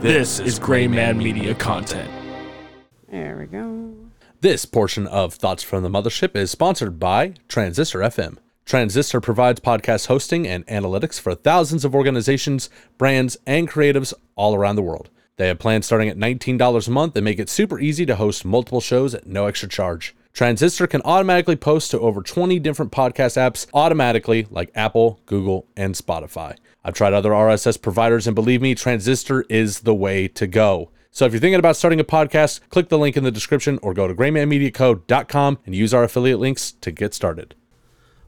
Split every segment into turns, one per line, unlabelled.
This is Gray Man Media content.
There we go.
This portion of Thoughts from the Mothership is sponsored by Transistor FM. Transistor provides podcast hosting and analytics for thousands of organizations, brands, and creatives all around the world. They have plans starting at $19 a month and make it super easy to host multiple shows at no extra charge. Transistor can automatically post to over 20 different podcast apps automatically, like Apple, Google, and Spotify. I've tried other RSS providers, and believe me, Transistor is the way to go. So if you're thinking about starting a podcast, click the link in the description or go to graymanmediaco.com and use our affiliate links to get started.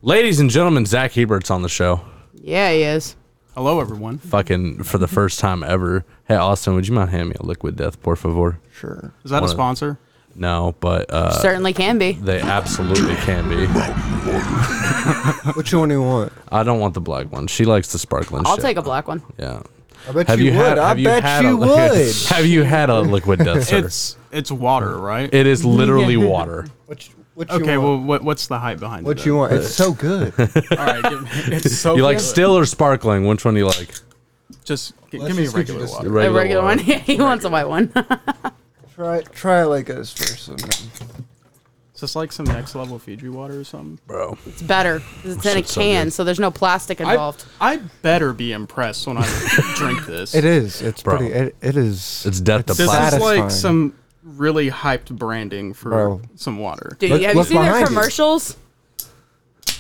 Ladies and gentlemen, Zach Hebert's on the show.
Yeah, he is.
Hello, everyone.
Fucking for the first time ever. Hey, Austin, would you mind handing me a liquid death, por favor?
Sure.
Is that a sponsor?
No, but uh,
Certainly can be.
they absolutely can be.
Which one do you want?
I don't want the black one. She likes the sparkling
I'll
shit.
take a black one.
Yeah.
I bet
Have
you,
you,
would.
had?
I
have you
bet
had
you
a,
would.
Have you had a liquid death, sir?
It's it's water, right?
It is literally water.
Which, which
okay.
you
Well,
want?
what, what's the hype behind it?
what you want? It's so good.
All right, give, it's so
You like
good.
still or sparkling? Which one do you like?
Just g-
Let's
give me
just get you
regular
this-
water.
a regular one. he wants a white one.
try try it like this first. and then-
Is this like some next level Fiji water or something?
bro.
it's better. 'cause It's in a
Shit's so
can,
good.
so, there's no plastic
I,
involved.
I better be impressed when I drink this.
It is. It's
Bro.
pretty. It, it is.
It's death to
This
plastic.
is
satisfying.
like some really hyped branding for
Bro.
some water.
Dude,
Look-
have you
look
seen their
behind you.
commercials?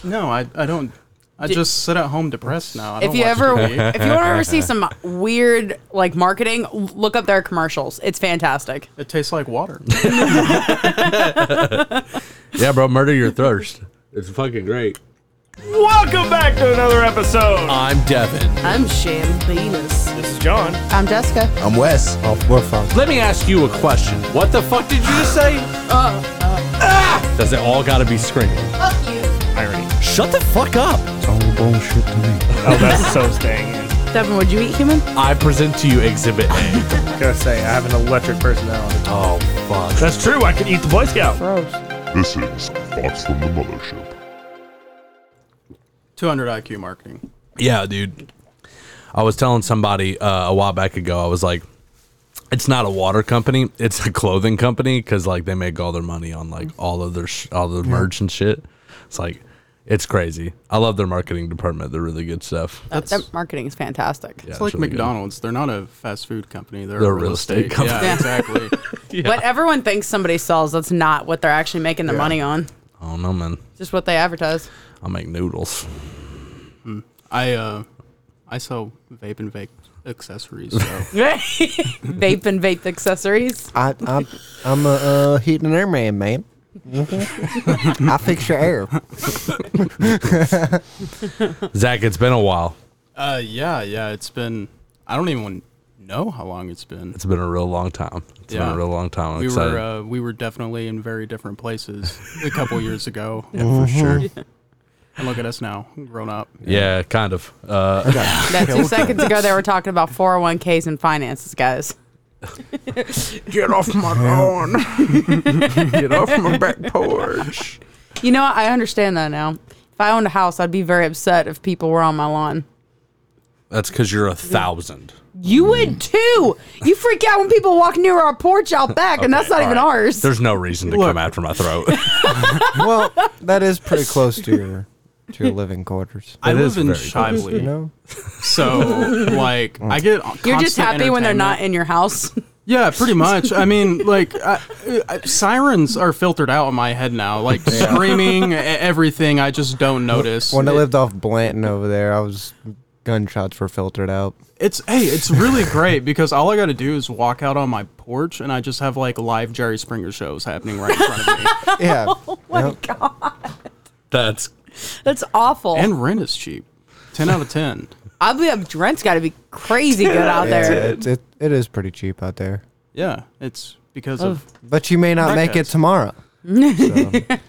No, I I don't. I just sit at home depressed now. I
If
don't
you
watch
ever,
TV.
if you want to ever see some weird like marketing, look up their commercials. It's fantastic.
it tastes like water.
Yeah, bro, murder your thirst. It's fucking great.
Welcome back to another episode.
I'm Devin.
I'm Sham Venus.
This is John.
I'm Jessica.
I'm Wes.
Oh, we're fine.
Let me ask you a question. What the fuck did you just say? Oh. Does it all gotta be screaming?
Irony.
ah! Shut the fuck up.
It's all bullshit to me.
Oh, that's so staying in.
Devin, would you eat human?
I present to you Exhibit A.
Gotta say, I have an electric personality.
oh, fuck.
That's true. I can eat the Boy Scout.
This is Thoughts from the Mothership.
200 IQ marketing.
Yeah, dude. I was telling somebody uh, a while back ago, I was like, it's not a water company, it's a clothing company because like they make all their money on like all of their sh- all the merch and shit. It's like it's crazy. I love their marketing department. They're really good stuff.
That's
Oh, That marketing is fantastic.
Yeah,
It's like
really good.
McDonald's. They're not a fast food company. They're,
They're
a real estate, company. Yeah, exactly.
What everyone thinks somebody sells, that's not what they're actually making the money on.
I don't know, man.
Just what they advertise.
I make noodles.
I uh, I sell vape and vape accessories. So
vape and vape accessories.
I, I'm, I'm a uh, heat and air man, man. Mhm. I fix your air.
Zach, it's been a while.
uh, yeah, yeah. It's been I don't even know how long it's been.
It's been a real long time. It's been
Yeah.
a real long time. I'm
we
excited.
were uh, we were definitely in very different places a couple years ago,
yeah, for sure.
and look at us now, grown up.
Yeah, kind of. Uh,
That two seconds ago, they were talking about 401ks and finances, guys.
Get off my lawn. Get off my back porch.
You know, I understand that now. If I owned a house, I'd be very upset if people were on my lawn.
That's because you're a thousand.
You would too. You freak out when people walk near our porch out back, and that's not even ours.
There's no reason to come after my throat.
Well, that is pretty close to your to your living quarters.
I
That is
live in
very close.
You
Shively,
know,
so like I get
You're just happy when they're not in your house.
Yeah, pretty much. I mean, like I, I, sirens are filtered out in my head now. Like screaming, e- everything. I just don't notice.
when I
It-
lived off Blanton over there, I was gunshots were filtered out.
it's hey, it's really great because all I got to do is walk out on my porch and I just have like live Jerry Springer shows happening right in front of me.
Yeah.
Oh
Yep.
That's
That's awful.
And rent is cheap. Ten out of ten.
I believe Drent's got to be crazy good out
Yeah,
there.
it's, it, it is pretty cheap out there.
Yeah, it's because of
But you may not
That
make it
guy's-
tomorrow. So,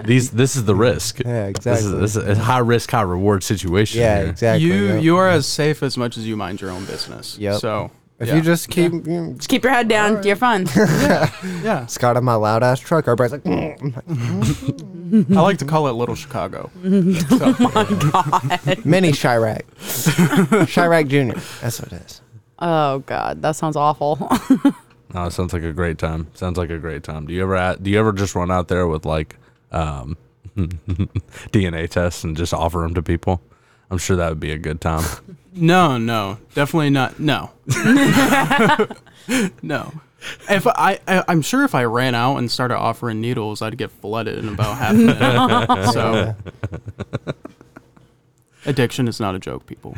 these. This is the risk.
Yeah,
This is,
exactly.
this is a high risk, high reward situation.
yeah,
here.
exactly.
you.
yep.
You are as safe as much as you mind your own business.
Yep.
So
If
yeah.
you just keep mm,
Just keep your head down. You're fine.
yeah,
Scott in my loud ass truck, everybody's like, "Mm." I'm like,
I like to call it Little Chicago.
Mini Chirac. Chirac Jr. That's what it is.
Oh God, that sounds awful.
No, Oh, it sounds like a great time. Sounds like a great time. Do you ever a- do you ever just run out there with like um, DNA tests and just offer them to people? I'm sure that would be a good time.
No, no, definitely not. No, no. If I, I, I'm sure if I ran out and started offering needles, I'd get flooded in about half a minute. so, addiction is not a joke, people.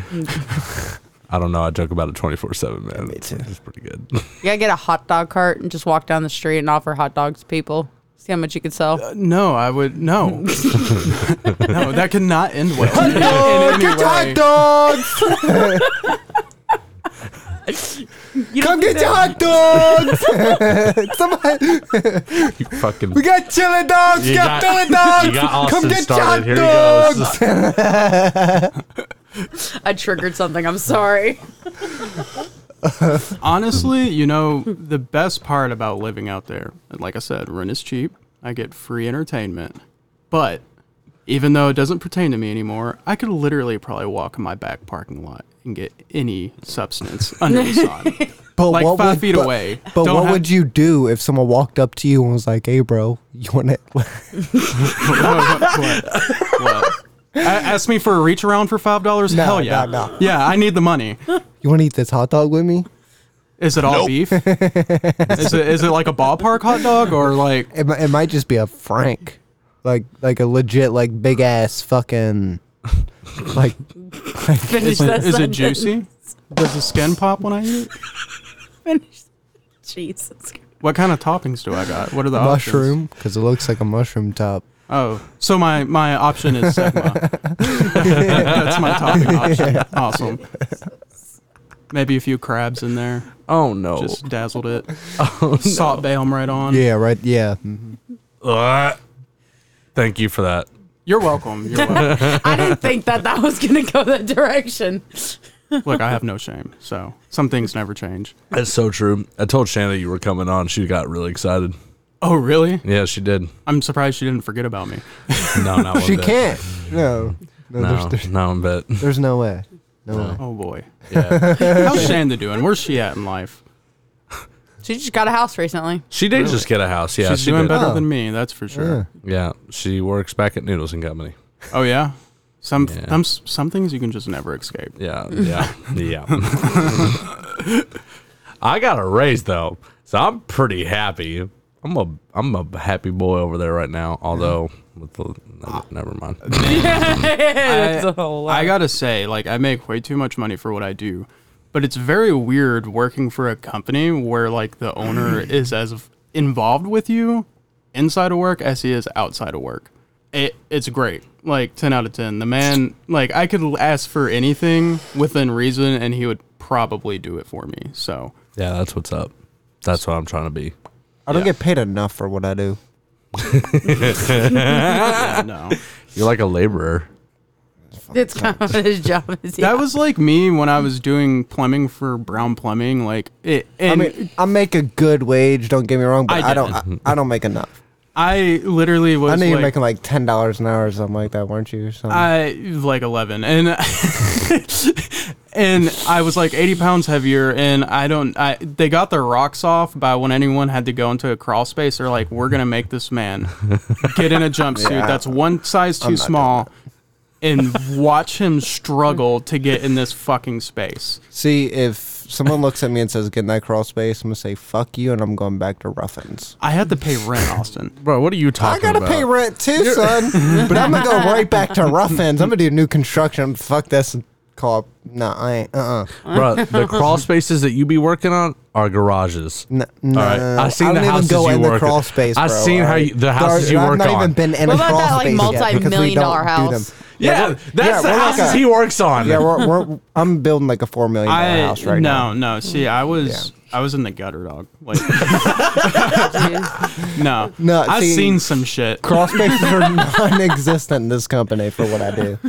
I don't know. I joke about it 24 seven, man. Me too. It's pretty good.
you gotta get a hot dog cart and just walk down the street and offer hot dogs to people. See how much you could sell.
No, I would no, no. That could not end well.
Oh,
In any way.
dogs! Come get your hot dogs! Somebody,
You fucking.
we got chili dogs,
You
we
got-
got, chili dogs!
you got Austin
Come get
started. Here
your
he
hot
goes.
dogs!
I triggered something. I'm sorry.
Honestly, you know, the best part about living out there, and like I said, rent is cheap. I get free entertainment. But even though it doesn't pertain to me anymore, I could literally probably walk in my back parking lot and get any substance under the sun.
But
Like five feet
but-
away.
But
Don't
what
have-
would you do if someone walked up to you and was like, "Hey, bro, you want it?"
what, what- what? A- Ask me for a reach around for five dollars?
No,
Hell yeah.
no, no.
Yeah, I need the money.
You want to eat this hot dog with me?
Is it all beef? is it is it like a ballpark hot dog or like
It, mi- it might just be a Frank, like like a legit like big ass fucking like
Finish
is
that
it, is it
sentence.
juicy? Does the skin pop when I eat it?
Finish. Jesus. Christ.
What kind of toppings do I got? What are the options?
mushroom because it looks like a mushroom top.
Oh, so my my option is Sigma. That's my topping option. Awesome. Maybe a few crabs in there.
Oh no.
Just dazzled it. Salt bay 'em right on.
Yeah, right. Yeah,
Mm-hmm.
mhm.
Ugh. Thank you for that.
You're welcome. You're welcome.
I didn't think that that was gonna go that direction.
Look, I have no shame. So some things never change.
That's so true. I told Shanna you were coming on. She got really excited.
Oh really?
Yeah, she did.
I'm surprised you didn't forget about me.
No, not one
Oh,
she
bit.
can't. No, no,
No,
There's, there's,
not one bit.
there's no way. No, way.
Oh boy.
Yeah.
How's Shanda doing? Where's she at in life?
She just got a house recently.
She did just get a house. Yeah,
She's
she
doing
did.
better
Oh.
than me, that's for sure.
Yeah, she works back at Noodles and Company.
Oh yeah? Some,
Yeah.
some some things you can just never escape.
Yeah, yeah, yeah. I got a raise though, so I'm pretty happy. I'm a I'm a happy boy over there right now. Although with the never, never mind.
That's a whole lot.
I gotta say, like, I make way too much money for what I do, but it's very weird working for a company where like the owner is as involved with you inside of work as he is outside of work. It it's great, like ten out of ten. The man, like, I could ask for anything within reason, and he would probably do it for me. So
Yeah, that's what's up. That's what I'm trying to be.
I don't get paid enough for what I do.
yeah, no.
You're like a laborer.
It's kind of what his job is. yeah.
That was like me when I was doing plumbing for Brown Plumbing. Like it, and
I mean, I make a good wage. Don't get me wrong, but
I
I, don't. I, I don't make enough.
I literally was.
I know
like,
you're making like ten dollars an hour or something like that, weren't you? Or something.
I like eleven, and and I was like eighty pounds heavier, and I don't. I they got their rocks off by when anyone had to go into a crawl space. They're like, we're gonna make this man get in a jumpsuit that's one size too small, and watch him struggle to get in this fucking space.
See, if someone looks at me and says, "Get in that crawl space," I'm gonna say, "Fuck you," and I'm going back to Ruffins.
I had to pay rent, Austin.
Bro, what are you
I
talking
gotta
about?
pay rent too, son. but I'm gonna go right back to Ruffins. I'm gonna do new construction. Fuck this. and Call. No, I ain't. Uh. uh
Bro, the crawl spaces that you be working on are garages.
No, no,
All right.
no, no.
I seen
I
the
don't even
houses
go
you
in
work
the crawl
in.
space.
I
bro,
seen
all
how
right?
you- the houses you
I've
work
not
on.
even been in
What
a
about
crawl
that, like,
space yet because we
multi-million
don't
dollar
do them.
house?
Yeah, that's
yeah,
the
we're like
houses
a-
he works on.
Yeah, we're, we're I'm building like a four million dollar
I
house right now.
no no. See, I was I was in the gutter, dog. Like no
No,
I've
see-
seen some shit.
Crawl spaces are non-existent in this company for what I do,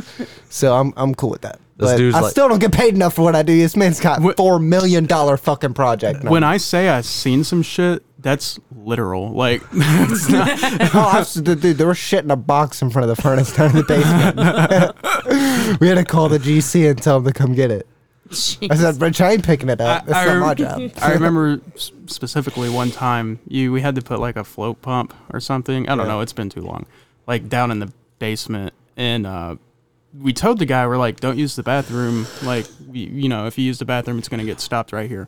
so I'm I'm cool with that.
This
But
dude's
I
like-
still don't get paid enough for what I do. This man's got
Wh-
four million dollar fucking project.
When I say I've seen some shit, that's literal. Like, it's not,
Oh, I was, dude, dude, there was shit in a box in front of the furnace down in the basement. we had to call the GC and tell him to come get it. I said, Rich, I ain't picking it up. It's not my job.
I remember s- specifically one time you we had to put like a float pump or something. I don't know. It's been too long. Like down in the basement, and uh, we told the guy we're like, "Don't use the bathroom. Like, we, you know, if you use the bathroom, it's gonna get stopped right here."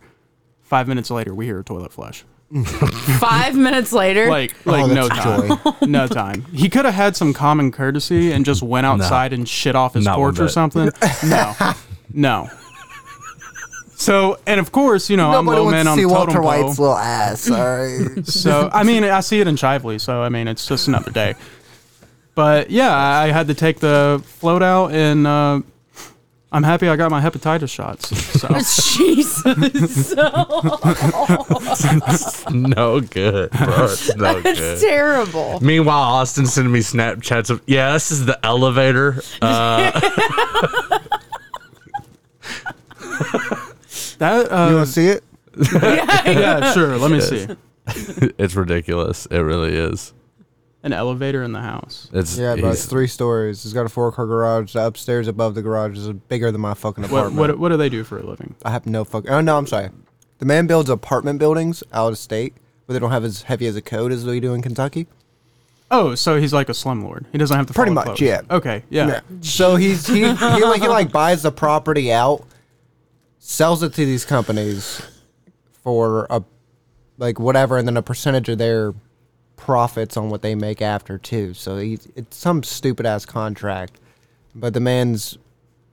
Five minutes later, we hear a toilet flush.
Five minutes later,
Like, like
Oh, that's
no time, no time. He could have had some common courtesy and just went outside and shit off his
Not one
porch or
bit.
something. No, no. So, and of course, you know,
Nobody
I'm low
wants
man
to
on
see
totem
Walter
pole.
White's little ass. All right.
So I mean, I see it in Chively. So I mean, it's just another day. But yeah, I had to take the float out, and uh, I'm happy I got my hepatitis shots. So
Jesus,
No good, bro. It's no
it's terrible.
Meanwhile, Austin sending me Snapchats of, yeah, this is the elevator.
that
you
uh,
want to see it?
yeah, sure. Let me see
it's ridiculous. It really is.
an elevator in the house.
It's
Yeah, but it's
he's-
three stories. It's got a four car garage. The upstairs above the garage is bigger than my fucking
What
apartment.
what what do they do for a living?
I have no fucking. Oh no, I'm sorry. The man builds apartment buildings out of state, but they don't have as heavy as a code as we do in Kentucky.
Oh, so he's like a slumlord. He doesn't have to
Pretty
follow
much,
clothes.
yeah.
Okay, yeah.
So he's he, he like he like buys the property out, sells it to these companies for a like whatever, and then a percentage of their profits on what they make after too. So he it's some stupid ass contract, but the man's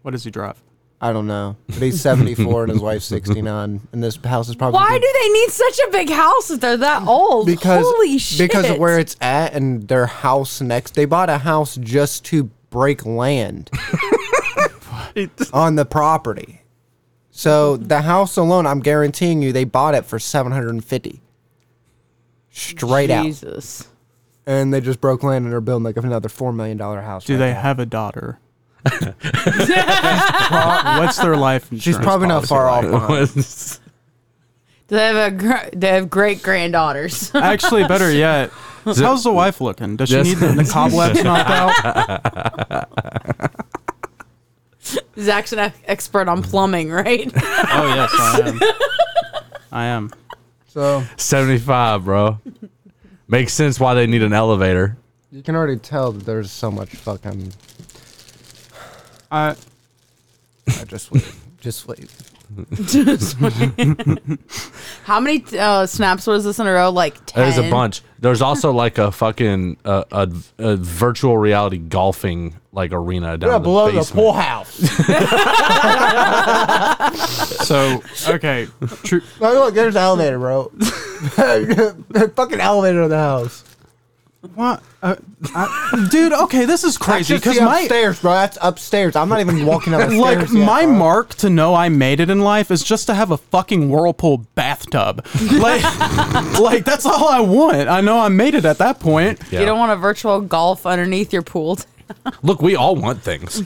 What does he drive?
I don't know, but he's 74 and his wife's 69, and this house is probably
Why do they need such a big house if they're that old?
because
Holy shit.
because of where it's at and their house next they bought a house just to break land on the property so the house alone i'm guaranteeing you they bought it for 750 straight out
Jesus.
and they just broke land and are building like another four million dollar house
Do
right
they
now.
have a daughter? What's their life insurance?
she's probably not
policy
far
like?
off behind.
Do they have a gr- they have great granddaughters?
Actually, better yet, how's the wife looking? Does she
Yes.
need the, the cobwebs knocked out?
Zach's an e- expert on plumbing, right?
Oh yes, I am. I am.
so
75, bro. Makes sense why they need an elevator.
you can already tell that there's so much fucking
I
i just wait just wait
How many uh, snaps was this in a row? Like ten.
There's a bunch. There's also like a fucking uh, a, a virtual reality golfing like arena down the basement.
house
so okay. True.
oh, look there's the elevator bro fucking elevator of the house
What, uh, I- dude? Okay, this is crazy
That's just
because
the
my
upstairs, bro. That's upstairs. I'm not even walking up the stairs.
like
yet,
my
bro.
mark to know I made it in life is just to have a fucking whirlpool bathtub. Like, like that's all I want. I know I made it at that point.
Yeah.
You don't want a virtual golf underneath your pool. t-
Look, we all want things.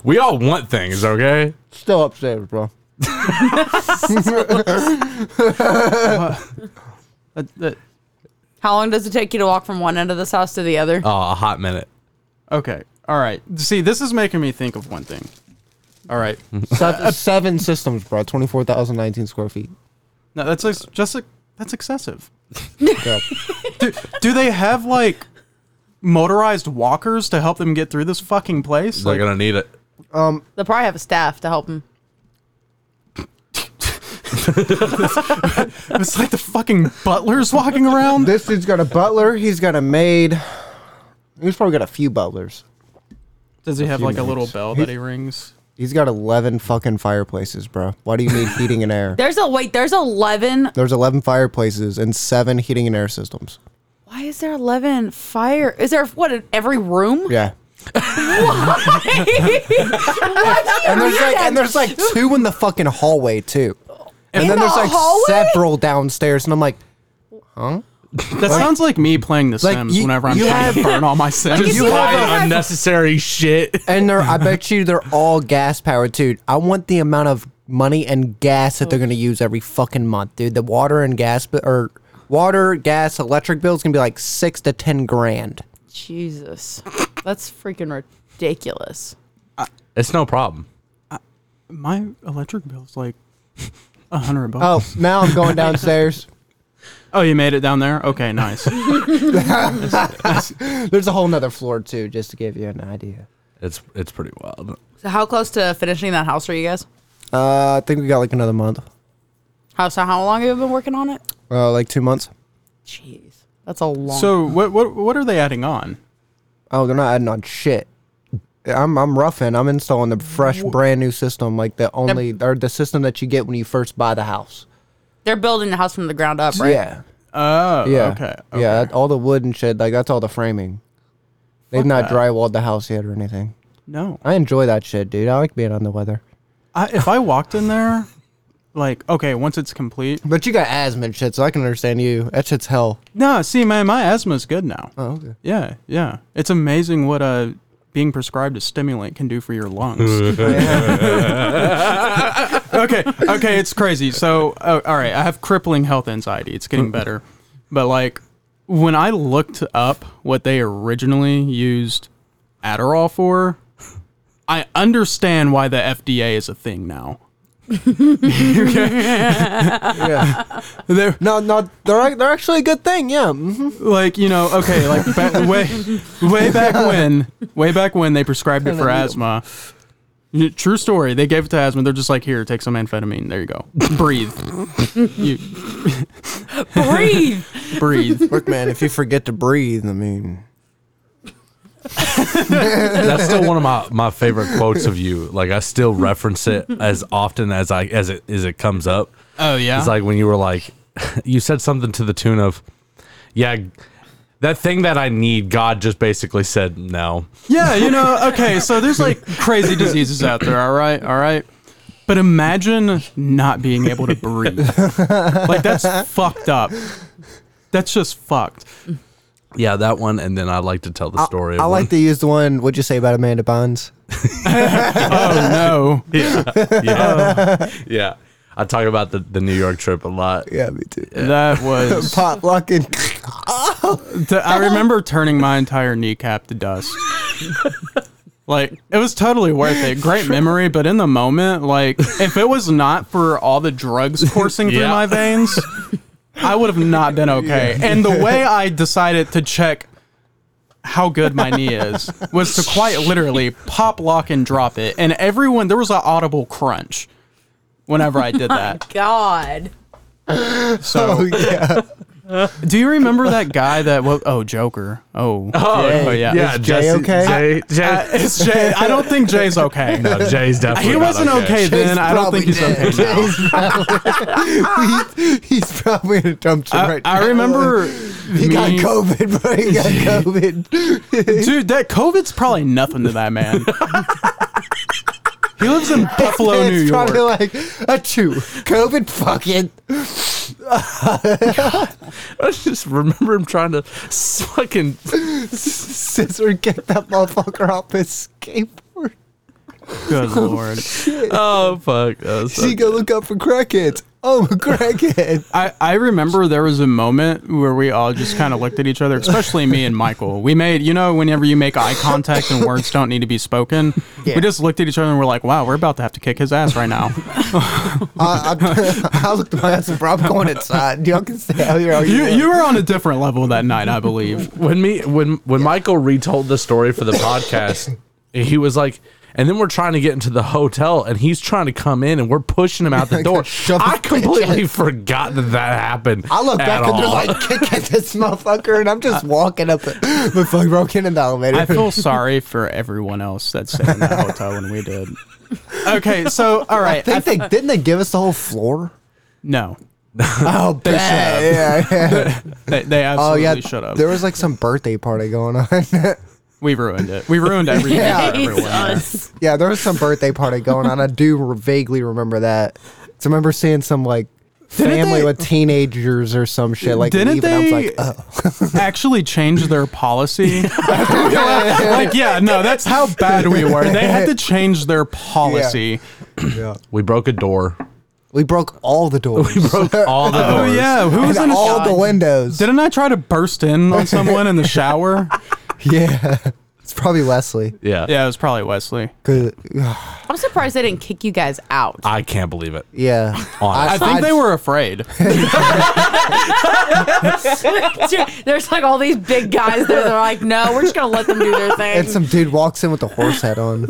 we all want things, okay?
still upstairs, bro.
That, that,
How long does it take you to walk from one end of this house to the other?
Oh, a hot minute.
okay. All right. See, this is making me think of one thing. All right.
Seven, seven systems, bro. Twenty-four thousand nineteen square feet.
No, that's ex- just like that's excessive.
Yeah.
do, do they have like motorized walkers to help them get through this fucking place?
They're
Like,
gonna need it.
They'll probably have a staff to help them.
it's like the fucking butlers walking around.
This dude's got a butler. He's got a maid. He's probably got a few butlers.
Does he have like a little
Humans.
bell that he rings?
He's got eleven fucking fireplaces, bro. Why do you need heating and air?
There's a wait. There's eleven.
There's eleven fireplaces and seven heating and air systems.
Why is there eleven fire? Is there what in every room?
Yeah.
Why do you
And there's
need
like
that?
and there's like two in the fucking hallway too. And
In
then
the
there's like
hallway?
several downstairs, and I'm like,
That sounds like me playing The
Like,
Sims
you-
whenever I'm
you
trying to
have-
burn all my Sims.
Just
you
buy
have
a-
unnecessary shit.
And they're, I bet you they're all gas powered, dude. I want the amount of money and gas that they're going to use every fucking month, dude. The water and gas, bi- or water, gas, electric bill is going to be like six to 10 grand.
Jesus, that's freaking ridiculous.
It's no problem.
my electric bill's like a hundred
Oh,
bucks.
now I'm going downstairs.
Oh, you made it down there. Okay, nice.
There's a whole nother floor too, just to give you an idea.
It's it's pretty wild.
So how close to finishing that house are you guys?
Uh, I think we got like another month.
How so? How long have you been working on it?
Uh, like two months.
Jeez, that's a long.
so what what what are they adding on?
Oh, they're not adding on shit. I'm I'm roughing. I'm installing the fresh, brand new system, like the only or the system that you get when you first buy the house.
they're building the house from the ground up, right?
Yeah,
Oh,
yeah,
Okay.
yeah.
okay.
that- All the wood and shit, like that's all the framing. They've
Fuck
not
that.
drywalled the house yet or anything.
No.
I enjoy that shit, dude. I like being on the weather.
I, if I walked in there, like okay, once it's complete.
But you got asthma and shit, so I can understand you. That shit's hell.
No, see, man, my asthma's good now.
Oh, okay.
Yeah, yeah. It's amazing what uh being prescribed a stimulant can do for your lungs. okay, okay, it's crazy. So, uh, all right, I have crippling health anxiety. It's getting better, but like when I looked up what they originally used Adderall for, I understand why the FDA is a thing now.
Yeah.
They're
no, no, they're ac- they're actually a good thing. Yeah. hmm
like you know okay like ba- way way back when way back when they prescribed it for asthma N- true story they gave it to asthma they're just like here take some amphetamine there you go breathe you
Breathe.
breathe
Look, man, if you forget to breathe, I mean,
That's still one of my, my favorite quotes of you. Like I still reference it as often as I as it as it comes up.
oh yeah
It's like when you were like, you said something to the tune of, "Yeah, that thing that I need." God just basically said no.
yeah you know okay so there's like crazy diseases out there all right all right but imagine not being able to breathe like that's fucked up that's just fucked
Yeah, that one. And then I like to tell the story.
I
of
like to use the one. What'd you say about Amanda Bynes?
oh no
when- yeah, yeah. I talk about the, the New York trip a lot.
Yeah, me too.
that was
Pop locking.
To- I remember turning my entire kneecap to dust. like it was totally worth it. Great memory, but in the moment, like if it was not for all the drugs coursing through
Yeah.
my veins, I would have not been okay. And the way I decided to check how good my knee is was to quite literally pop lock and drop it. And everyone there was an audible crunch whenever I did that.
God.
So
Oh,
do you remember that guy that was oh Joker? Oh, oh yeah.
Yeah,
Is Jay
Jesse-
okay?
Jay, Jay,
Uh, it's Jay. I don't think Jay's okay.
no, Jay's definitely.
He
not
wasn't okay, then. I don't think he's okay now.
he's, he's probably in a dump
I,
truck right now.
I remember
He got
me-
COVID, bro. He got COVID.
dude. That COVID's probably nothing to that man. he lives in Buffalo, New
It's
York.
probably like a two. COVID fucking.
I just remember him trying to s- fucking.
Scissor, get that motherfucker off his skateboard.
Good lord.
Oh fuck! That was so
She go look up for crackheads. Oh, I'm a crackhead.
I, I remember there was a moment where we all just kind of looked at each other, especially me and Michael. We made, you know, whenever you make eye contact and words don't need to be spoken, we just looked at each other and we're like, wow, we're about to have to kick his ass right now.
I, I, I looked at my ass, bro. I'm going inside. Y'all can stay out here. all
you,
want.
you were on a different level that night, I believe.
when me when when Michael retold the story for the podcast, he was like, and then we're trying to get into the hotel, and he's trying to come in, and we're pushing him out the door.
Shove
I
his bitch
completely forgot that that happened.
I look
at
back and
all.
just like kick at this motherfucker, and I'm just walking up the, the fuck broken in the elevator.
I feel sorry for everyone else that stayed in that hotel when we did. Okay, so all
I
right, I
think they didn't they give us the whole floor.
no,
Oh, bad. Yeah, yeah.
they, they
oh
absolutely
yeah.
shut up.
There was like some birthday party going on.
we ruined it. We ruined everything
Yeah.
for everyone.
Jesus.
yeah, there was some birthday party going on. I do re- vaguely remember that. So I remember seeing some like
Didn't
family
they-
with teenagers or some shit like
Didn't
leaving. I was like, "Oh."
they actually change their policy? like, yeah, no, that's how bad we were. They had to change their policy.
yeah.
we broke a door.
We broke all the doors.
We broke all the
Oh
doors.
yeah, who was in
and
a
all the windows.
Didn't I try to burst in on someone in the shower?
yeah. It's probably Leslie.
Yeah.
Yeah, it was probably Wesley.
'Cause-
I'm surprised they didn't kick you guys out.
I can't believe it.
Yeah.
I think they were afraid.
There's like all these big guys there. They're like, no, we're just gonna let them do their thing.
And some dude walks in with a horse head on.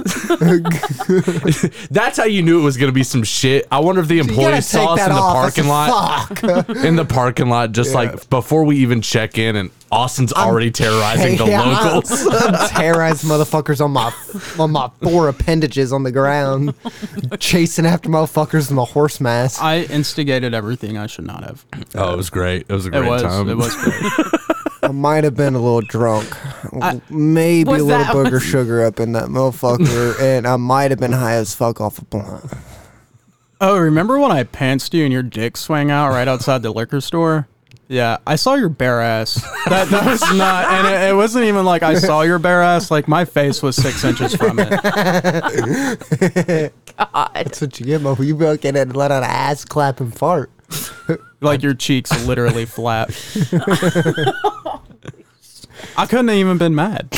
That's how you knew it was gonna be some shit. I wonder if the
You gotta
employees saw
take
us
that
in the
off.
parking
That's a
lot.
Fuck.
In the parking lot, just like before we even check in, and Austin's already terrorizing the
Yeah, I'm-
locals.
I'm terrorizing motherfuckers on my on my four appendages on the ground, chasing after motherfuckers in the horse mask.
I instigated everything I should not have.
Oh, it was great. It was a
It
great
was.
time.
It was. Great.
I might have been a little drunk, maybe a
Was
little
that-
booger sugar up in that motherfucker, and I might have been high as fuck off a blunt.
Oh, remember when I pantsed you and your dick swang out right outside the liquor store? Yeah, I saw your bare ass. That, that was not, and it, it wasn't even like I saw your bare ass. Like my face was six inches from it.
Uh,
That's what you get, motherfucker. You fucking had to let out an ass clap and fart.
Like your cheeks literally flap. I couldn't have even been mad.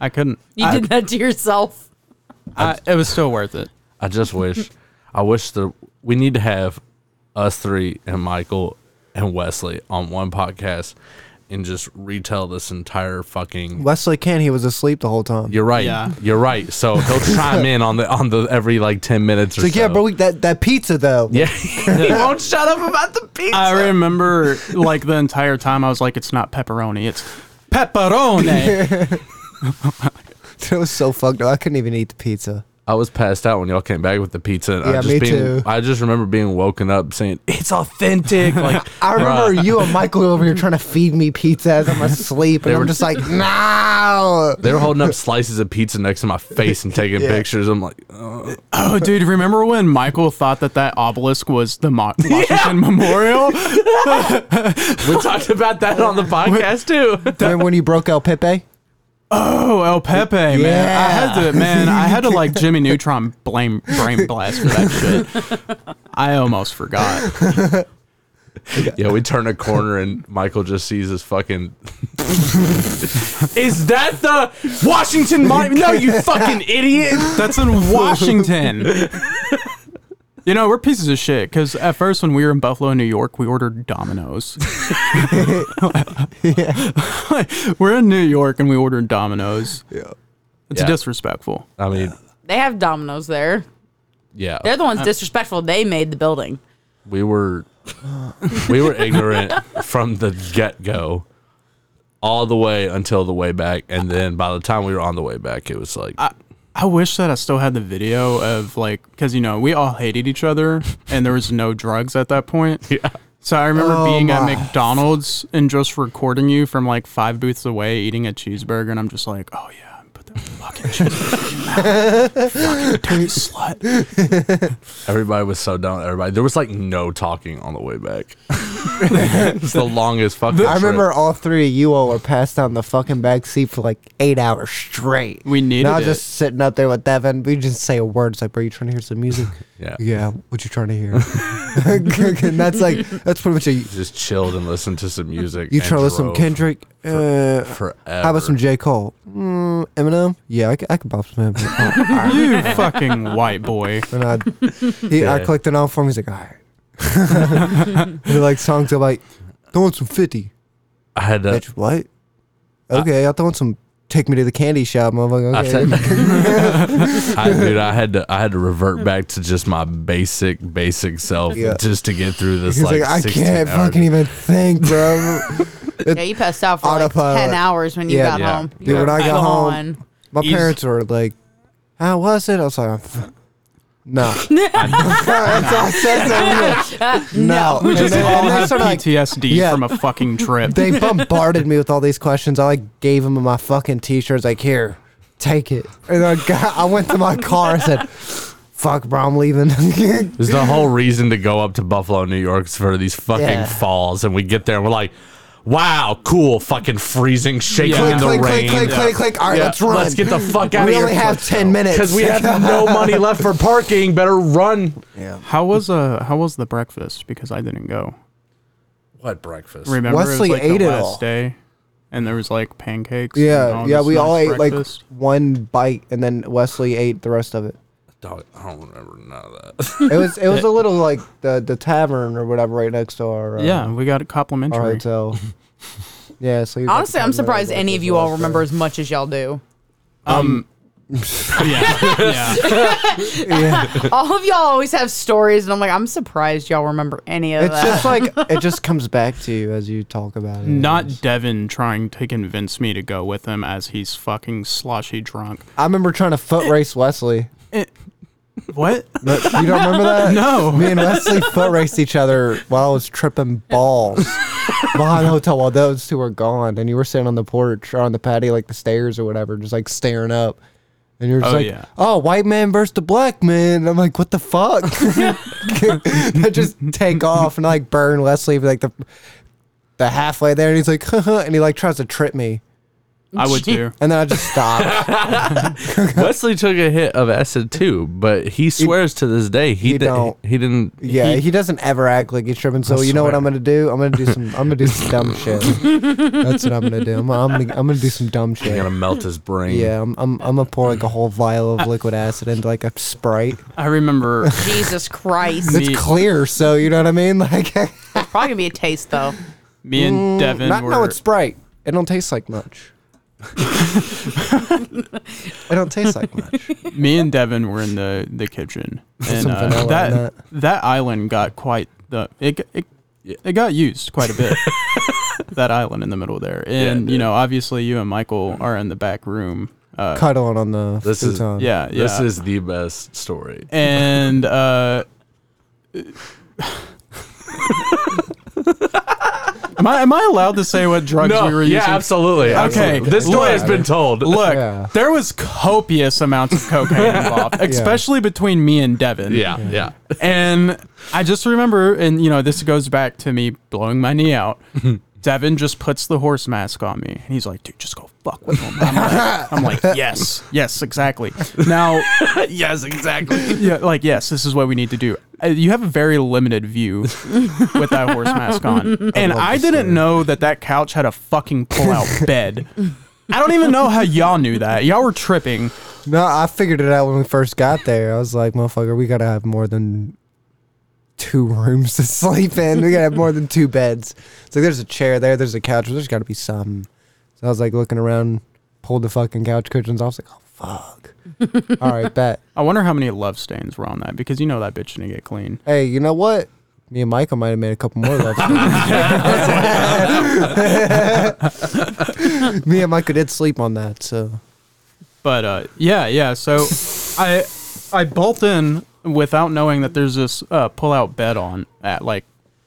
I couldn't.
you
I-
did that to yourself.
I, it was still worth it.
I just wish, I wish that we need to have us three and Michael and Wesley on one podcast and just retell this entire fucking.
Wesley Kent, he was asleep the whole time.
You're right.
Yeah.
You're right. So he'll chime in on the on the every like ten minutes or
It's like,
so.
yeah, bro, we, that, that pizza though.
yeah. he won't shut up about the pizza.
I remember like the entire time I was like, it's not pepperoni, it's pepperoni.
That was so fucked up. I couldn't even eat the pizza.
I was passed out when y'all came back with the pizza. And I
Yeah,
just
me
being,
too.
I just remember being woken up saying it's authentic. Like
I remember
bruh.
you and Michael over here trying to feed me pizza as I'm asleep, and
were-
I'm just like, no.
They were holding up slices of pizza next to my face and taking pictures. I'm like,
oh, dude, remember when Michael thought that that obelisk was the Mo- Washington Memorial?
we talked about that on the podcast too.
Then when you broke El Pepe,
Oh, El Pepe, man! I had to, man, I had to like Jimmy Neutron blame brain blast for that shit. I almost forgot.
Yeah, we turn a corner and Michael just sees this fucking. Is that the Washington Monument? No, you fucking idiot!
That's in Washington. You know, we're pieces of shit because at first, when we were in Buffalo, New York, we ordered Domino's. we're in New York and we ordered Domino's. Yeah. It's
Yeah.
disrespectful.
I mean,
They have dominoes there.
yeah,
They're the ones disrespectful. They made the building.
we were we were ignorant from the get go, all the way until the way back, and then by the time we were on the way back, it was like
I wish that I still had the video of like, because, you know, we all hated each other and there was no drugs at that point. Yeah. So I remember
Oh,
being
my.
at McDonald's and just recording you from like five booths away eating a cheeseburger, and I'm just like, oh yeah, put that fucking cheeseburger in your mouth, fucking dirty slut.
everybody was so down. Everybody, there was like no talking on the way back. it's the longest fucking.
I
trip.
remember all three of you all were passed out in the fucking back seat for like eight hours straight.
We needed
And I was
it.
just sitting up there with Devin. We just say a word. It's like, bro, you trying to hear some music?
Yeah.
Yeah. What you trying to hear? and that's like, that's pretty much a.
just chilled and listened to some music.
You
and
trying to listen to
drove
Kendrick? uh,
forever.
how about some J. Cole? Mm, Eminem? Yeah, I, c- I can bop some Eminem.
You fucking white boy.
And I, he, I
Yeah.
clicked it on for him. He's like, all right. he like songs of like, throwing some 50.
I had to.
Bitch, what? Okay, I throwing some Take Me to the Candy Shop, motherfucker.
I
Okay.
said, I, dude, I had to. I had to revert back to just my basic, basic self
Yeah.
just to get through this.
He's like,
like,
I
16
can't
hour-
fucking even think, bro.
Yeah, you passed out for like
Autopilot.
ten hours when you got
Yeah.
Yeah.
home.
Dude, when I got home- My
He's-
parents were like, "How was it?" I was like, "No." That's all I said to them. No. And
Just
they-
all
and they
have
sort of like
PTSD
yeah.
from a fucking trip.
they bombarded me with all these questions. I like gave them my fucking t-shirts. Like, here, take it. And I got, I went to my car. I said, "Fuck, bro, I'm leaving."
It was the whole reason to go up to Buffalo, New York, is for these fucking
Yeah.
falls, and we get there and we're like, "Wow, cool, fucking freezing, shaking
Yeah.
in
click,
the
click,
rain."
click, click, click, click. All right,
Yeah,
let's run.
Let's get the fuck out
we
of
only
here
have ten minutes
because we have no money left for parking. Better run.
How was uh how was the breakfast? Because I didn't go.
What breakfast?
Remember
Wesley
it was like
ate
the
it
last
all.
day. and there was like pancakes. and
Yeah, yeah,
this
we all
nice
ate
breakfast.
like one bite, and then Wesley ate the rest of it.
Dog, I don't remember none of that.
It was it was a little like the the tavern or whatever right next to our uh,
yeah, we got a complimentary.
our hotel. yeah, so you got
Honestly,
the
I'm surprised
complimentary
any of
breakfast
you all
last
remember as much as y'all do.
Um, yeah, yeah.
All of y'all always have stories, and I'm like, I'm surprised y'all remember any of
night. It's
that.
just like it just comes back to you as you talk about it.
Not Devin trying to convince me to go with him as he's fucking sloshy drunk.
I remember trying to foot race Wesley.
What?
But you don't remember that?
No.
Me and Wesley foot raced each other while I was tripping balls behind the hotel while those two were gone, and you were sitting on the porch or on the patio, like the stairs or whatever, just like staring up. And you're just
Oh,
like,
yeah.
oh, white man versus the black man. And I'm like, what the fuck? I just take off and like burn Wesley like the the halfway there, and he's like, and he like tries to trip me,
I would too.
and then I just stop.
Wesley took a hit of acid too, but he swears to this day he
he
di-
don't.
he didn't.
Yeah,
he,
he, doesn't ever act like he's tripping. So you know what I'm gonna do? I'm gonna do some. I'm gonna do some dumb shit. That's what I'm gonna do. I'm, I'm gonna. I'm gonna do some dumb
he
shit.
gonna melt his brain.
Yeah, I'm. I'm. I'm gonna pour like a whole vial of liquid acid into like a sprite.
I remember.
Jesus Christ.
It's
Me-
clear, so you know what I mean. Like,
There's probably gonna be a taste though.
Me and Devin
Mm, not
were.
no, it's sprite. It don't taste like much. it don't taste like much.
me and Devin were in the the kitchen, and
Some
uh,
vanilla in
that,
that.
that island got quite the it g- it, it got used quite a bit. that island in the middle there, and you know, obviously, you and Michael are in the back room. Uh,
Cuddling on the
This is-
futon.
yeah, yeah.
This is the best story.
and uh, am I am I allowed to say what drugs we were using?
yeah, absolutely.
Okay,
absolutely. this story
look.
has been told.
Look,
Yeah.
there was copious amounts of cocaine involved, especially between me and Devin.
yeah, yeah.
And I just remember, and you know, this goes back to me blowing my knee out. Devin just puts the horse mask on me, and he's like, "Dude, just go fuck with him." I'm like, I'm like, "Yes, yes, exactly." Now,
yes, exactly.
yeah, like, yes, this is what we need to do. Uh, You have a very limited view with that horse mask on, and
love
I
this
didn't
story.
know that that couch had a fucking pull-out bed. I don't even know how y'all knew that. Y'all were tripping.
No, I figured it out when we first got there. I was like, motherfucker, we gotta have more than two rooms to sleep in. We gotta have more than two beds. It's like there's a chair there, there's a couch, but there's gotta be some. So I was like looking around, pulled the fucking couch cushions off. I was like, oh fuck. All right, bet.
I wonder how many love stains were on that because you know that bitch didn't get clean.
Hey, you know what? Me and Michael might have made a couple more love stories. Me and Michael did sleep on that, so
But uh, yeah, yeah. So I I bolt in without knowing that there's this uh, pull out bed on at like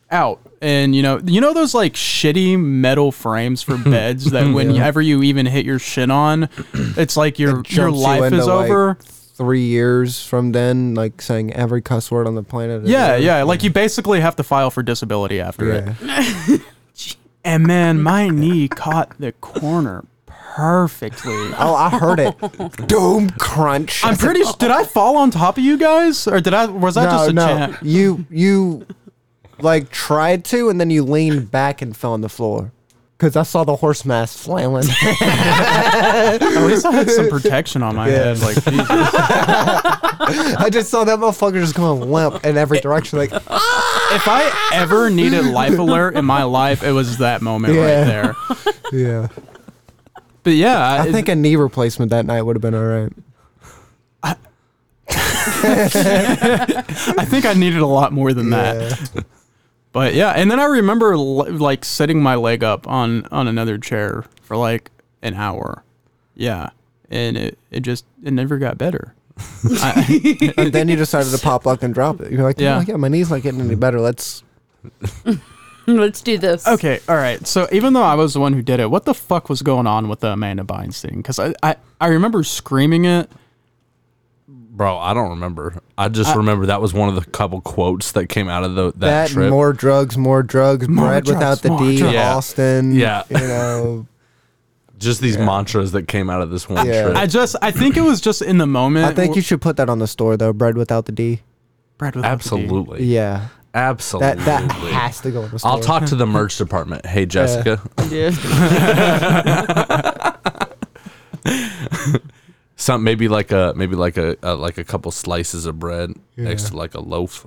out, and you know you know those like shitty metal frames for beds that whenever you even hit your shin on, it's like your
It
your
jumps you
life
into,
is
like,
over.
three years from then, like saying every cuss word on the planet.
yeah, yeah. Like you basically have to file for disability after it.
Yeah.
And man, my knee caught the corner perfectly.
Oh, I heard it. Doom crunch.
I'm pretty. s- Did I fall on top of you guys, or did I? Was that
no,
just a
no.
chance?
You you like tried to, and then you leaned back and fell on the floor. Cause I saw the horse mask flailing.
At least I had some protection on my head. Like Jesus.
I just saw that motherfucker just going limp in every direction. Like,
if I ever needed life alert in my life, it was that moment
Yeah.
right there.
yeah.
But yeah,
I think a knee replacement that night would have been all right.
I think I needed a lot more than that. But yeah, and then I remember l- like setting my leg up on on another chair for like an hour. Yeah, and it it just it never got better. I,
And then you decided to pop up and drop it. You're like, yeah,
Yeah.
oh, yeah, my knee's not getting any better. Let's.
Let's do this.
Okay, all right. So even though I was the one who did it, what the fuck was going on with the Amanda Bynes thing? Because I, I, I remember screaming it.
Bro, I don't remember. I just remember that was one of the couple quotes that came out of the that,
That,
trip.
more drugs, more drugs,
More
bread
drugs,
without the
more
D,
drugs.
Yeah.
Austin.
Yeah.
You know,
just these mantras that came out of this one
Yeah.
trip.
I just, I think it was just in the moment.
I think you should put that on the store though. Bread without the D.
Brad with
Absolutely.
Yeah.
Absolutely.
That that has to go in the store.
I'll talk to the merch department. Hey, Jessica. Some maybe like a maybe like a, a like a couple slices of bread next to like a loaf,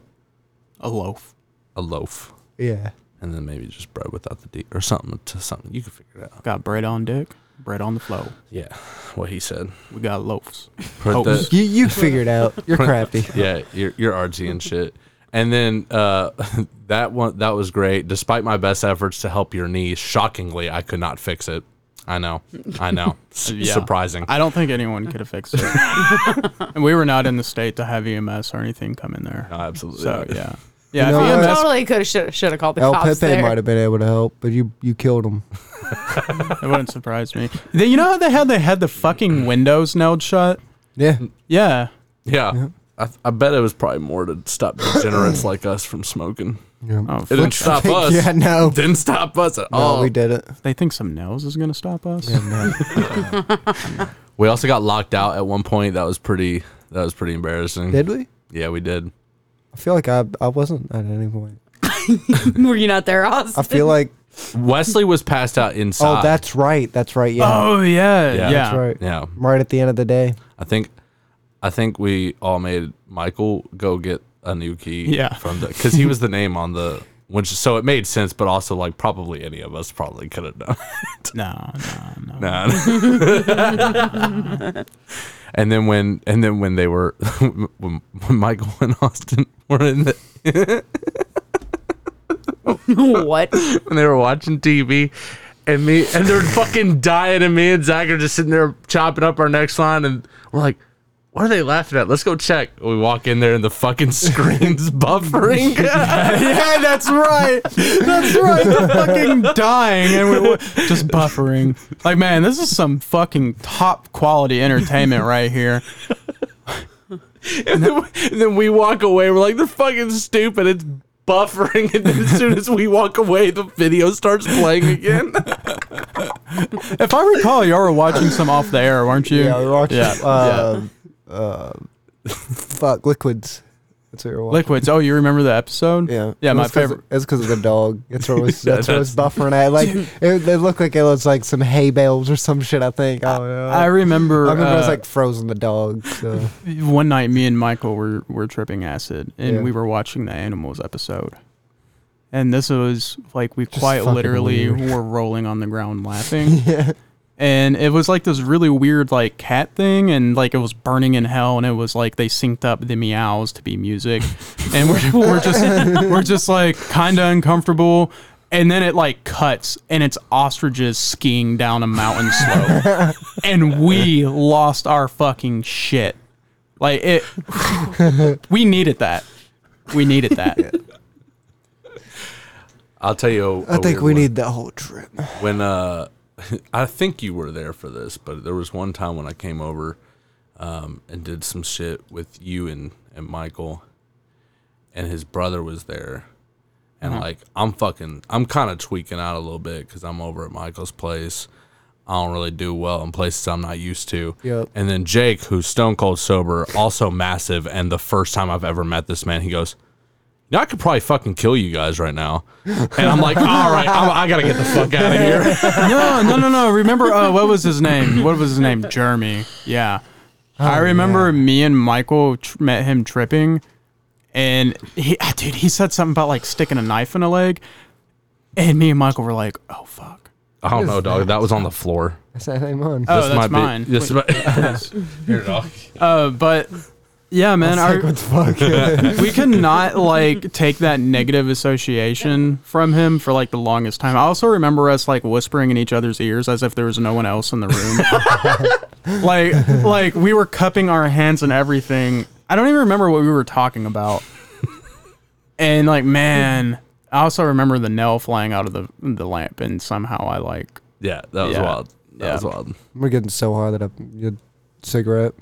A loaf.
a loaf,
Yeah.
and then maybe just bread without the D or something to something. You can figure it out.
Got bread on deck, bread on the flow.
Yeah, what he said.
We got loaves.
Put the-
You you figured out. You're crafty.
yeah, you're, you're artsy and shit. And then uh, that one that was great. Despite my best efforts to help your knee, shockingly, I could not fix it. I know, I know, S-
Yeah.
surprising.
I don't think anyone could have fixed it. and we were not in the state to have EMS or anything come in there.
absolutely.
So yeah, yeah.
know
if E
what?
EMS,
totally could have should should have called the
El
cops
Pepe
there.
might have been able to help, but you you killed him.
it wouldn't surprise me. They, you know how they had they had the
Mm.
fucking windows nailed shut.
Yeah.
Yeah,
Yeah. I, I bet it was probably more to stop degenerates like us from smoking.
oh,
It didn't
fuck.
stop us.
yeah. No.
Didn't stop us at all.
No, we did it.
They think some nails is gonna stop us.
We also got locked out at one point. That was pretty. That was pretty embarrassing.
Did we?
Yeah, we did.
I feel like I I wasn't at any point.
Were you not there, Oz?
I feel like
Wesley was passed out inside.
oh that's right that's right yeah
Oh
Yeah.
yeah, yeah.
That's
that's right
yeah.
right at the end of the day
I think, I think we all made Michael go get a new key.
Yeah.
from the because he was the name on the which so it made sense, but also like probably any of us probably could have done.
No, no, no.
Nah. and then when and then when they were when, when Michael and Austin were in the
what?
when they were watching TV and me and they're fucking dying and me and Zach are just sitting there chopping up our next line and we're like what are they laughing at? Let's go check. We walk in there and the fucking screen's buffering.
yeah, that's right. That's right. They're fucking dying and we're just buffering. Like, man, this is some fucking top quality entertainment right here.
and, then, and then we walk away. We're like, they're fucking stupid. It's buffering. And then as soon as we walk away, the video starts playing again.
If I recall, y'all were watching some off the air, weren't you?
yeah we were watching
Yeah,
uh, uh, fuck liquids that's what we were watching.
Liquids. Oh, you remember the episode?
yeah
Yeah,
It
my
was 'cause-
favorite.
it's because of the dog that's what it was that's what it was
that's-
buffering at like it, it looked like it was like some hay bales or some shit I think I, don't know.
I remember.
uh, I remember it was
uh,
like frozen the dog so.
one night, me and Michael were were tripping acid, and
Yeah.
we were watching the animals episode. And this was like we
Just
quite
fucking
literally
weird.
were rolling on the ground laughing. And it was like this really weird like cat thing, and like it was burning in hell, and it was like they synced up the meows to be music, and we're, we're just we're just like kind of uncomfortable. And then it like cuts, and it's ostriches skiing down a mountain slope, and we lost our fucking shit. Like it, we needed that. We needed that.
I'll tell you. I
I think we need that whole trip
when uh I think you were there for this, but there was one time when I came over um and did some shit with you and and Michael and his brother was there. And like I'm fucking I'm kind of tweaking out a little bit cuz I'm over at Michael's place. I don't really do well in places I'm not used to.
Yep.
And then Jake, who's stone cold sober, also massive, and the first time I've ever met this man, he goes, "You know, I could probably fucking kill you guys right now." And I'm like, "All right, I'm, I gotta get the fuck out of here."
no, no, no, no. Remember, uh, what was his name? What was his name? Jeremy. Yeah. I remember me and Michael tr- met him tripping, and he, ah, dude, he said something about like sticking a knife in a leg, and me and Michael were like, "Oh fuck."
I don't know, dog. That was on the floor.
that's that name on
Oh,
This
that's
might be-
mine.
this
Wait.
might- Here, dog.
uh, but yeah, man,
It's like,
our,
what the fuck
we could not like take that negative association from him for like the longest time. I also remember us like whispering in each other's ears as if there was no one else in the room. like like we were cupping our hands and everything. I don't even remember what we were talking about. And like man, I also remember the nail flying out of the the lamp and somehow I like
Yeah, that was
Yeah.
wild. That
Yeah.
was wild.
we're getting so high that I your cigarette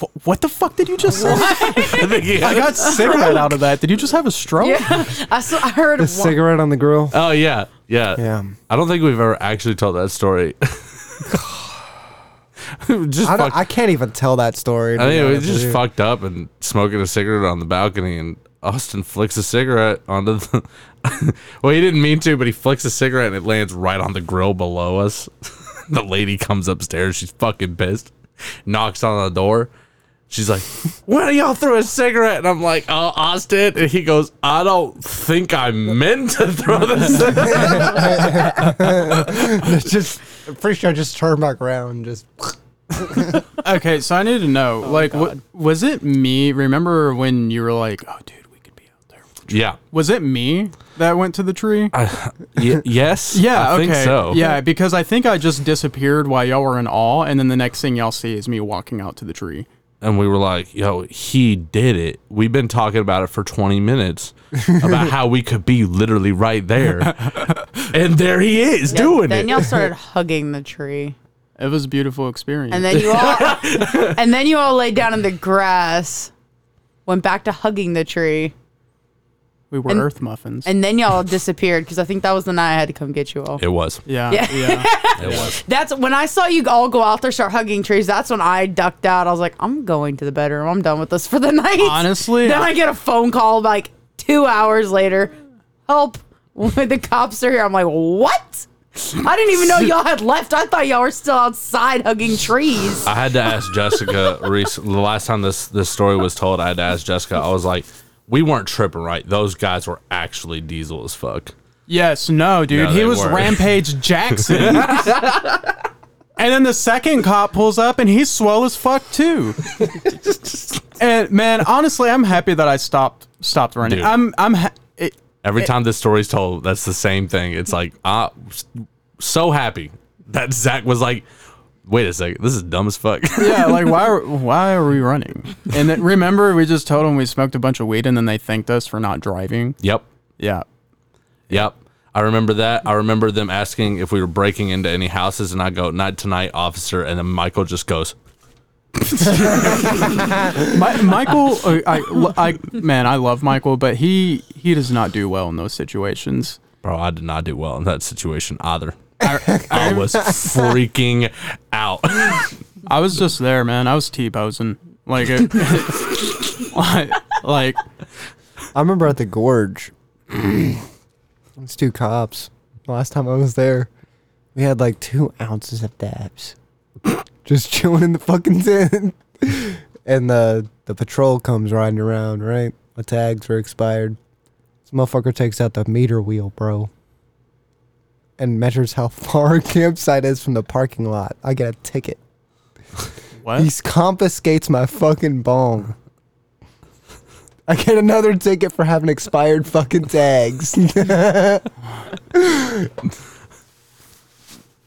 "Wh- what the fuck did you just say?
I think he
I
had-
got cigarette out of that. Did you just have a stroke?
Yeah, I, saw, I heard
the
one.
cigarette on the grill
oh yeah, yeah,
Yeah.
I don't think we've ever actually told that story. just
I, don't,
fucked, I,
I can't even tell that story. to be
think it was
honest with
just
you.
fucked up and smoking a cigarette on the balcony, and Austin flicks a cigarette onto the. well, he didn't mean to, but he flicks a cigarette and it lands right on the grill below us. the lady comes upstairs. She's fucking pissed. Knocks on the door. She's like, "When y'all threw a cigarette?" And I'm like, "Oh, Austin." And he goes, "I don't think I meant to throw the cigarette."
just I'm pretty sure I just turned back around and just
Okay, so I need to
Oh
know, like, what was it me? Remember when you were like, "Oh, dude, we could be out there."
yeah.
Was it me that went to the tree?
Y- yes.
yeah,
I
okay.
think so.
Yeah, because I think I just disappeared while y'all were in awe, and then the next thing y'all see is me walking out to the tree.
and we were like, yo, he did it. We've been talking about it for 20 minutes about how we could be literally right there. and there he is doing
then
it.
y'all started hugging the tree.
It was a beautiful experience.
And then you all and then you all laid down in the grass, went back to hugging the tree,
we were
and-
earth muffins.
and then y'all disappeared because I think that was the night I had to come get you all.
It was.
yeah,
Yeah.
yeah.
It was.
That's when I saw you all go out there start hugging trees. That's when I ducked out. I was like, I'm going to the bedroom. I'm done with this for the night.
Honestly,
Then I get a phone call like two hours later. Help! the cops are here. I'm like, what? I didn't even know y'all had left. I thought y'all were still outside hugging trees.
Uh,
I had to ask Jessica recent, the last time this, this story was told, I had to ask Jessica, I was like, we weren't tripping, right? Those guys were actually diesel as fuck.
Yes, no, dude.
No,
he
they
was
were.
Rampage Jackson. and then the second cop pulls up and he's swell as fuck too. and man, honestly, I'm happy that I stopped stopped running.
Dude.
I'm I'm ha- it,
Every time this story's told, that's the same thing. It's like, I'm so happy that Zach was like, wait a second, this is dumb as fuck.
yeah, like why are, why are we running? And then, remember we just told him we smoked a bunch of weed and then they thanked us for not driving.
yep.
Yeah.
Yep. I remember that. I remember them asking if we were breaking into any houses, and I go, "Not tonight, officer." And then Michael just goes,
Mi- Michael uh, I, lo- I man, I love Michael, but he he does not do well in those situations.
"Bro, I did not do well in that situation either. I, I was freaking out."
I was just there, man. I was T-posing. Like, it, like, like,
I remember at the gorge. it was two cops. Last time I was there, we had like two ounces of dabs, just chilling in the fucking tent. and the the patrol comes riding around. Right, my tags were expired. This motherfucker takes out the meter wheel, bro, and measures how far a campsite is from the parking lot. I get a ticket.
what?
He confiscates my fucking bong. I get another ticket for having expired fucking tags.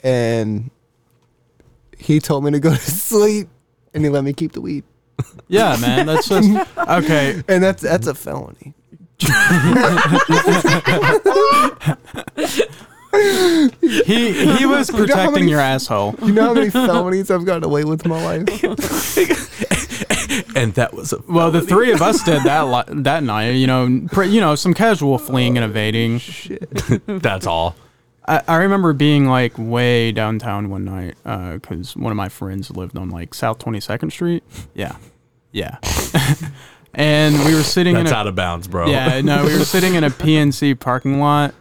and he told me to go to sleep and he let me keep the weed.
yeah, man. That's just okay.
And that's that's a felony.
He he was
know how
protecting
many-
your asshole.
You know how many felonies I've gotten away with in my life?
and that was a
Well, the three of us did that li- that night. You know, pre- you know, some casual fleeing and evading.
that's all.
I, I remember being like way downtown one night because one of my friends lived on like South Twenty Second Street. Yeah, yeah. and we were sitting
That's
in a,
out of bounds, bro.
Yeah, no, we were sitting in a PNC parking lot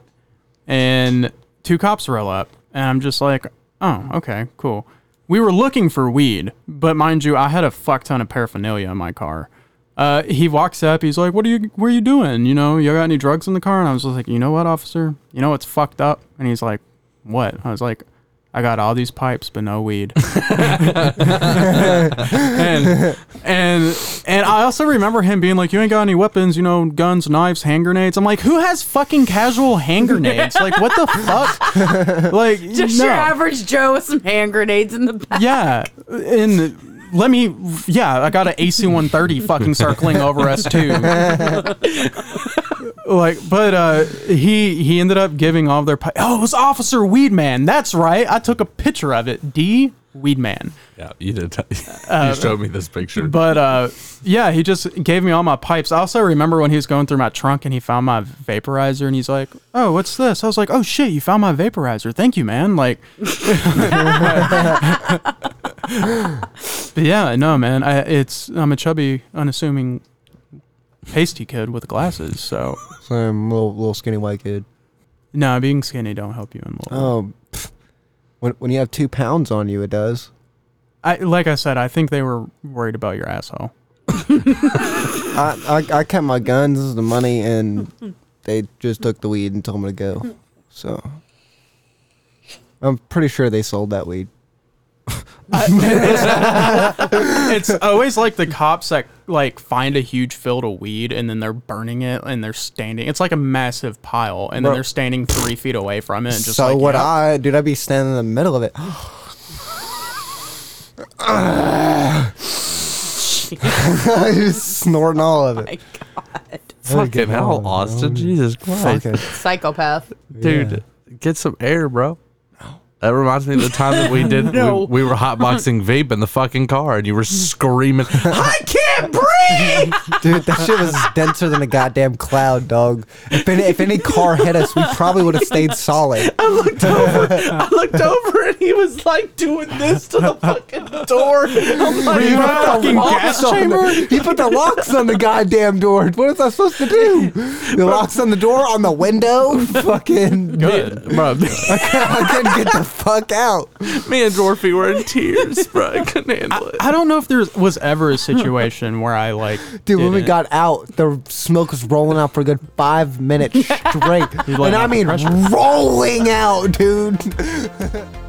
and two cops roll up. And I'm just like, oh, okay, cool. We were looking for weed, but mind you, I had a fuck ton of paraphernalia in my car. Uh, he walks up, he's like, What are you what are you doing? You know, you got any drugs in the car? And I was just like, You know what, officer? You know what's fucked up? And he's like, What? I was like, I got all these pipes, but no weed. and and and I also remember him being like, "You ain't got any weapons, you know, guns, knives, hand grenades." I'm like, "Who has fucking casual hand grenades? Like, what the fuck? Like,
Just
no.
your average Joe with some hand grenades in the back.
yeah." And let me, yeah, I got an AC-130 fucking circling over us too. like, but uh, he he ended up giving all of their. Pi- oh, it was Officer Weedman. That's right. I took a picture of it. D. Weedman.
Yeah, you did.
Uh,
you showed me this picture.
But uh, yeah, he just gave me all my pipes. I also remember when he was going through my trunk and he found my vaporizer and he's like, "Oh, what's this?" I was like, "Oh shit, you found my vaporizer. Thank you, man." Like, but yeah, no, man. I it's I'm a chubby, unassuming pasty kid with glasses. So
So I'm a little, little skinny white kid.
no, being skinny don't help you in law.
Oh, pff. when when you have two pounds on you, it does.
I like I said, I think they were worried about your asshole.
I, I I kept my guns, the money, and they just took the weed and told me to go. So I'm pretty sure they sold that weed.
It's always like the cops that like find a huge field of weed and then they're burning it and they're standing. It's like a massive pile and then
Bro.
they're standing three feet away from it. And just
so
like,
would
yeah.
I, dude? I'd be standing in the middle of it. just snorting all of it.
Fucking hell, Austin. Jesus Christ.
Fucking
Psychopath.
Dude, get some air, bro. That reminds me of the time that we did. we, we were hotboxing vape in the fucking car, and you were screaming. "Hi!"
Dude, that shit was denser than a goddamn cloud, dog. If any, if any car hit us, we probably would have stayed solid.
I looked over, and he was like doing this to the fucking door. I'm like,
You put
"Bro,
the locks on The, you put the locks on the goddamn door. What was I supposed to do? The locks on the door, on the window. Fucking
Good. Bro, me-
I couldn't get the fuck out.
me and Dorothy were in tears, bro. I couldn't handle it.
I don't know if there was ever a situation where I like.
Dude, when we
didn't.
got out, the smoke was rolling out for a good five minutes straight. and I
out the
mean
pressure.
rolling out, dude.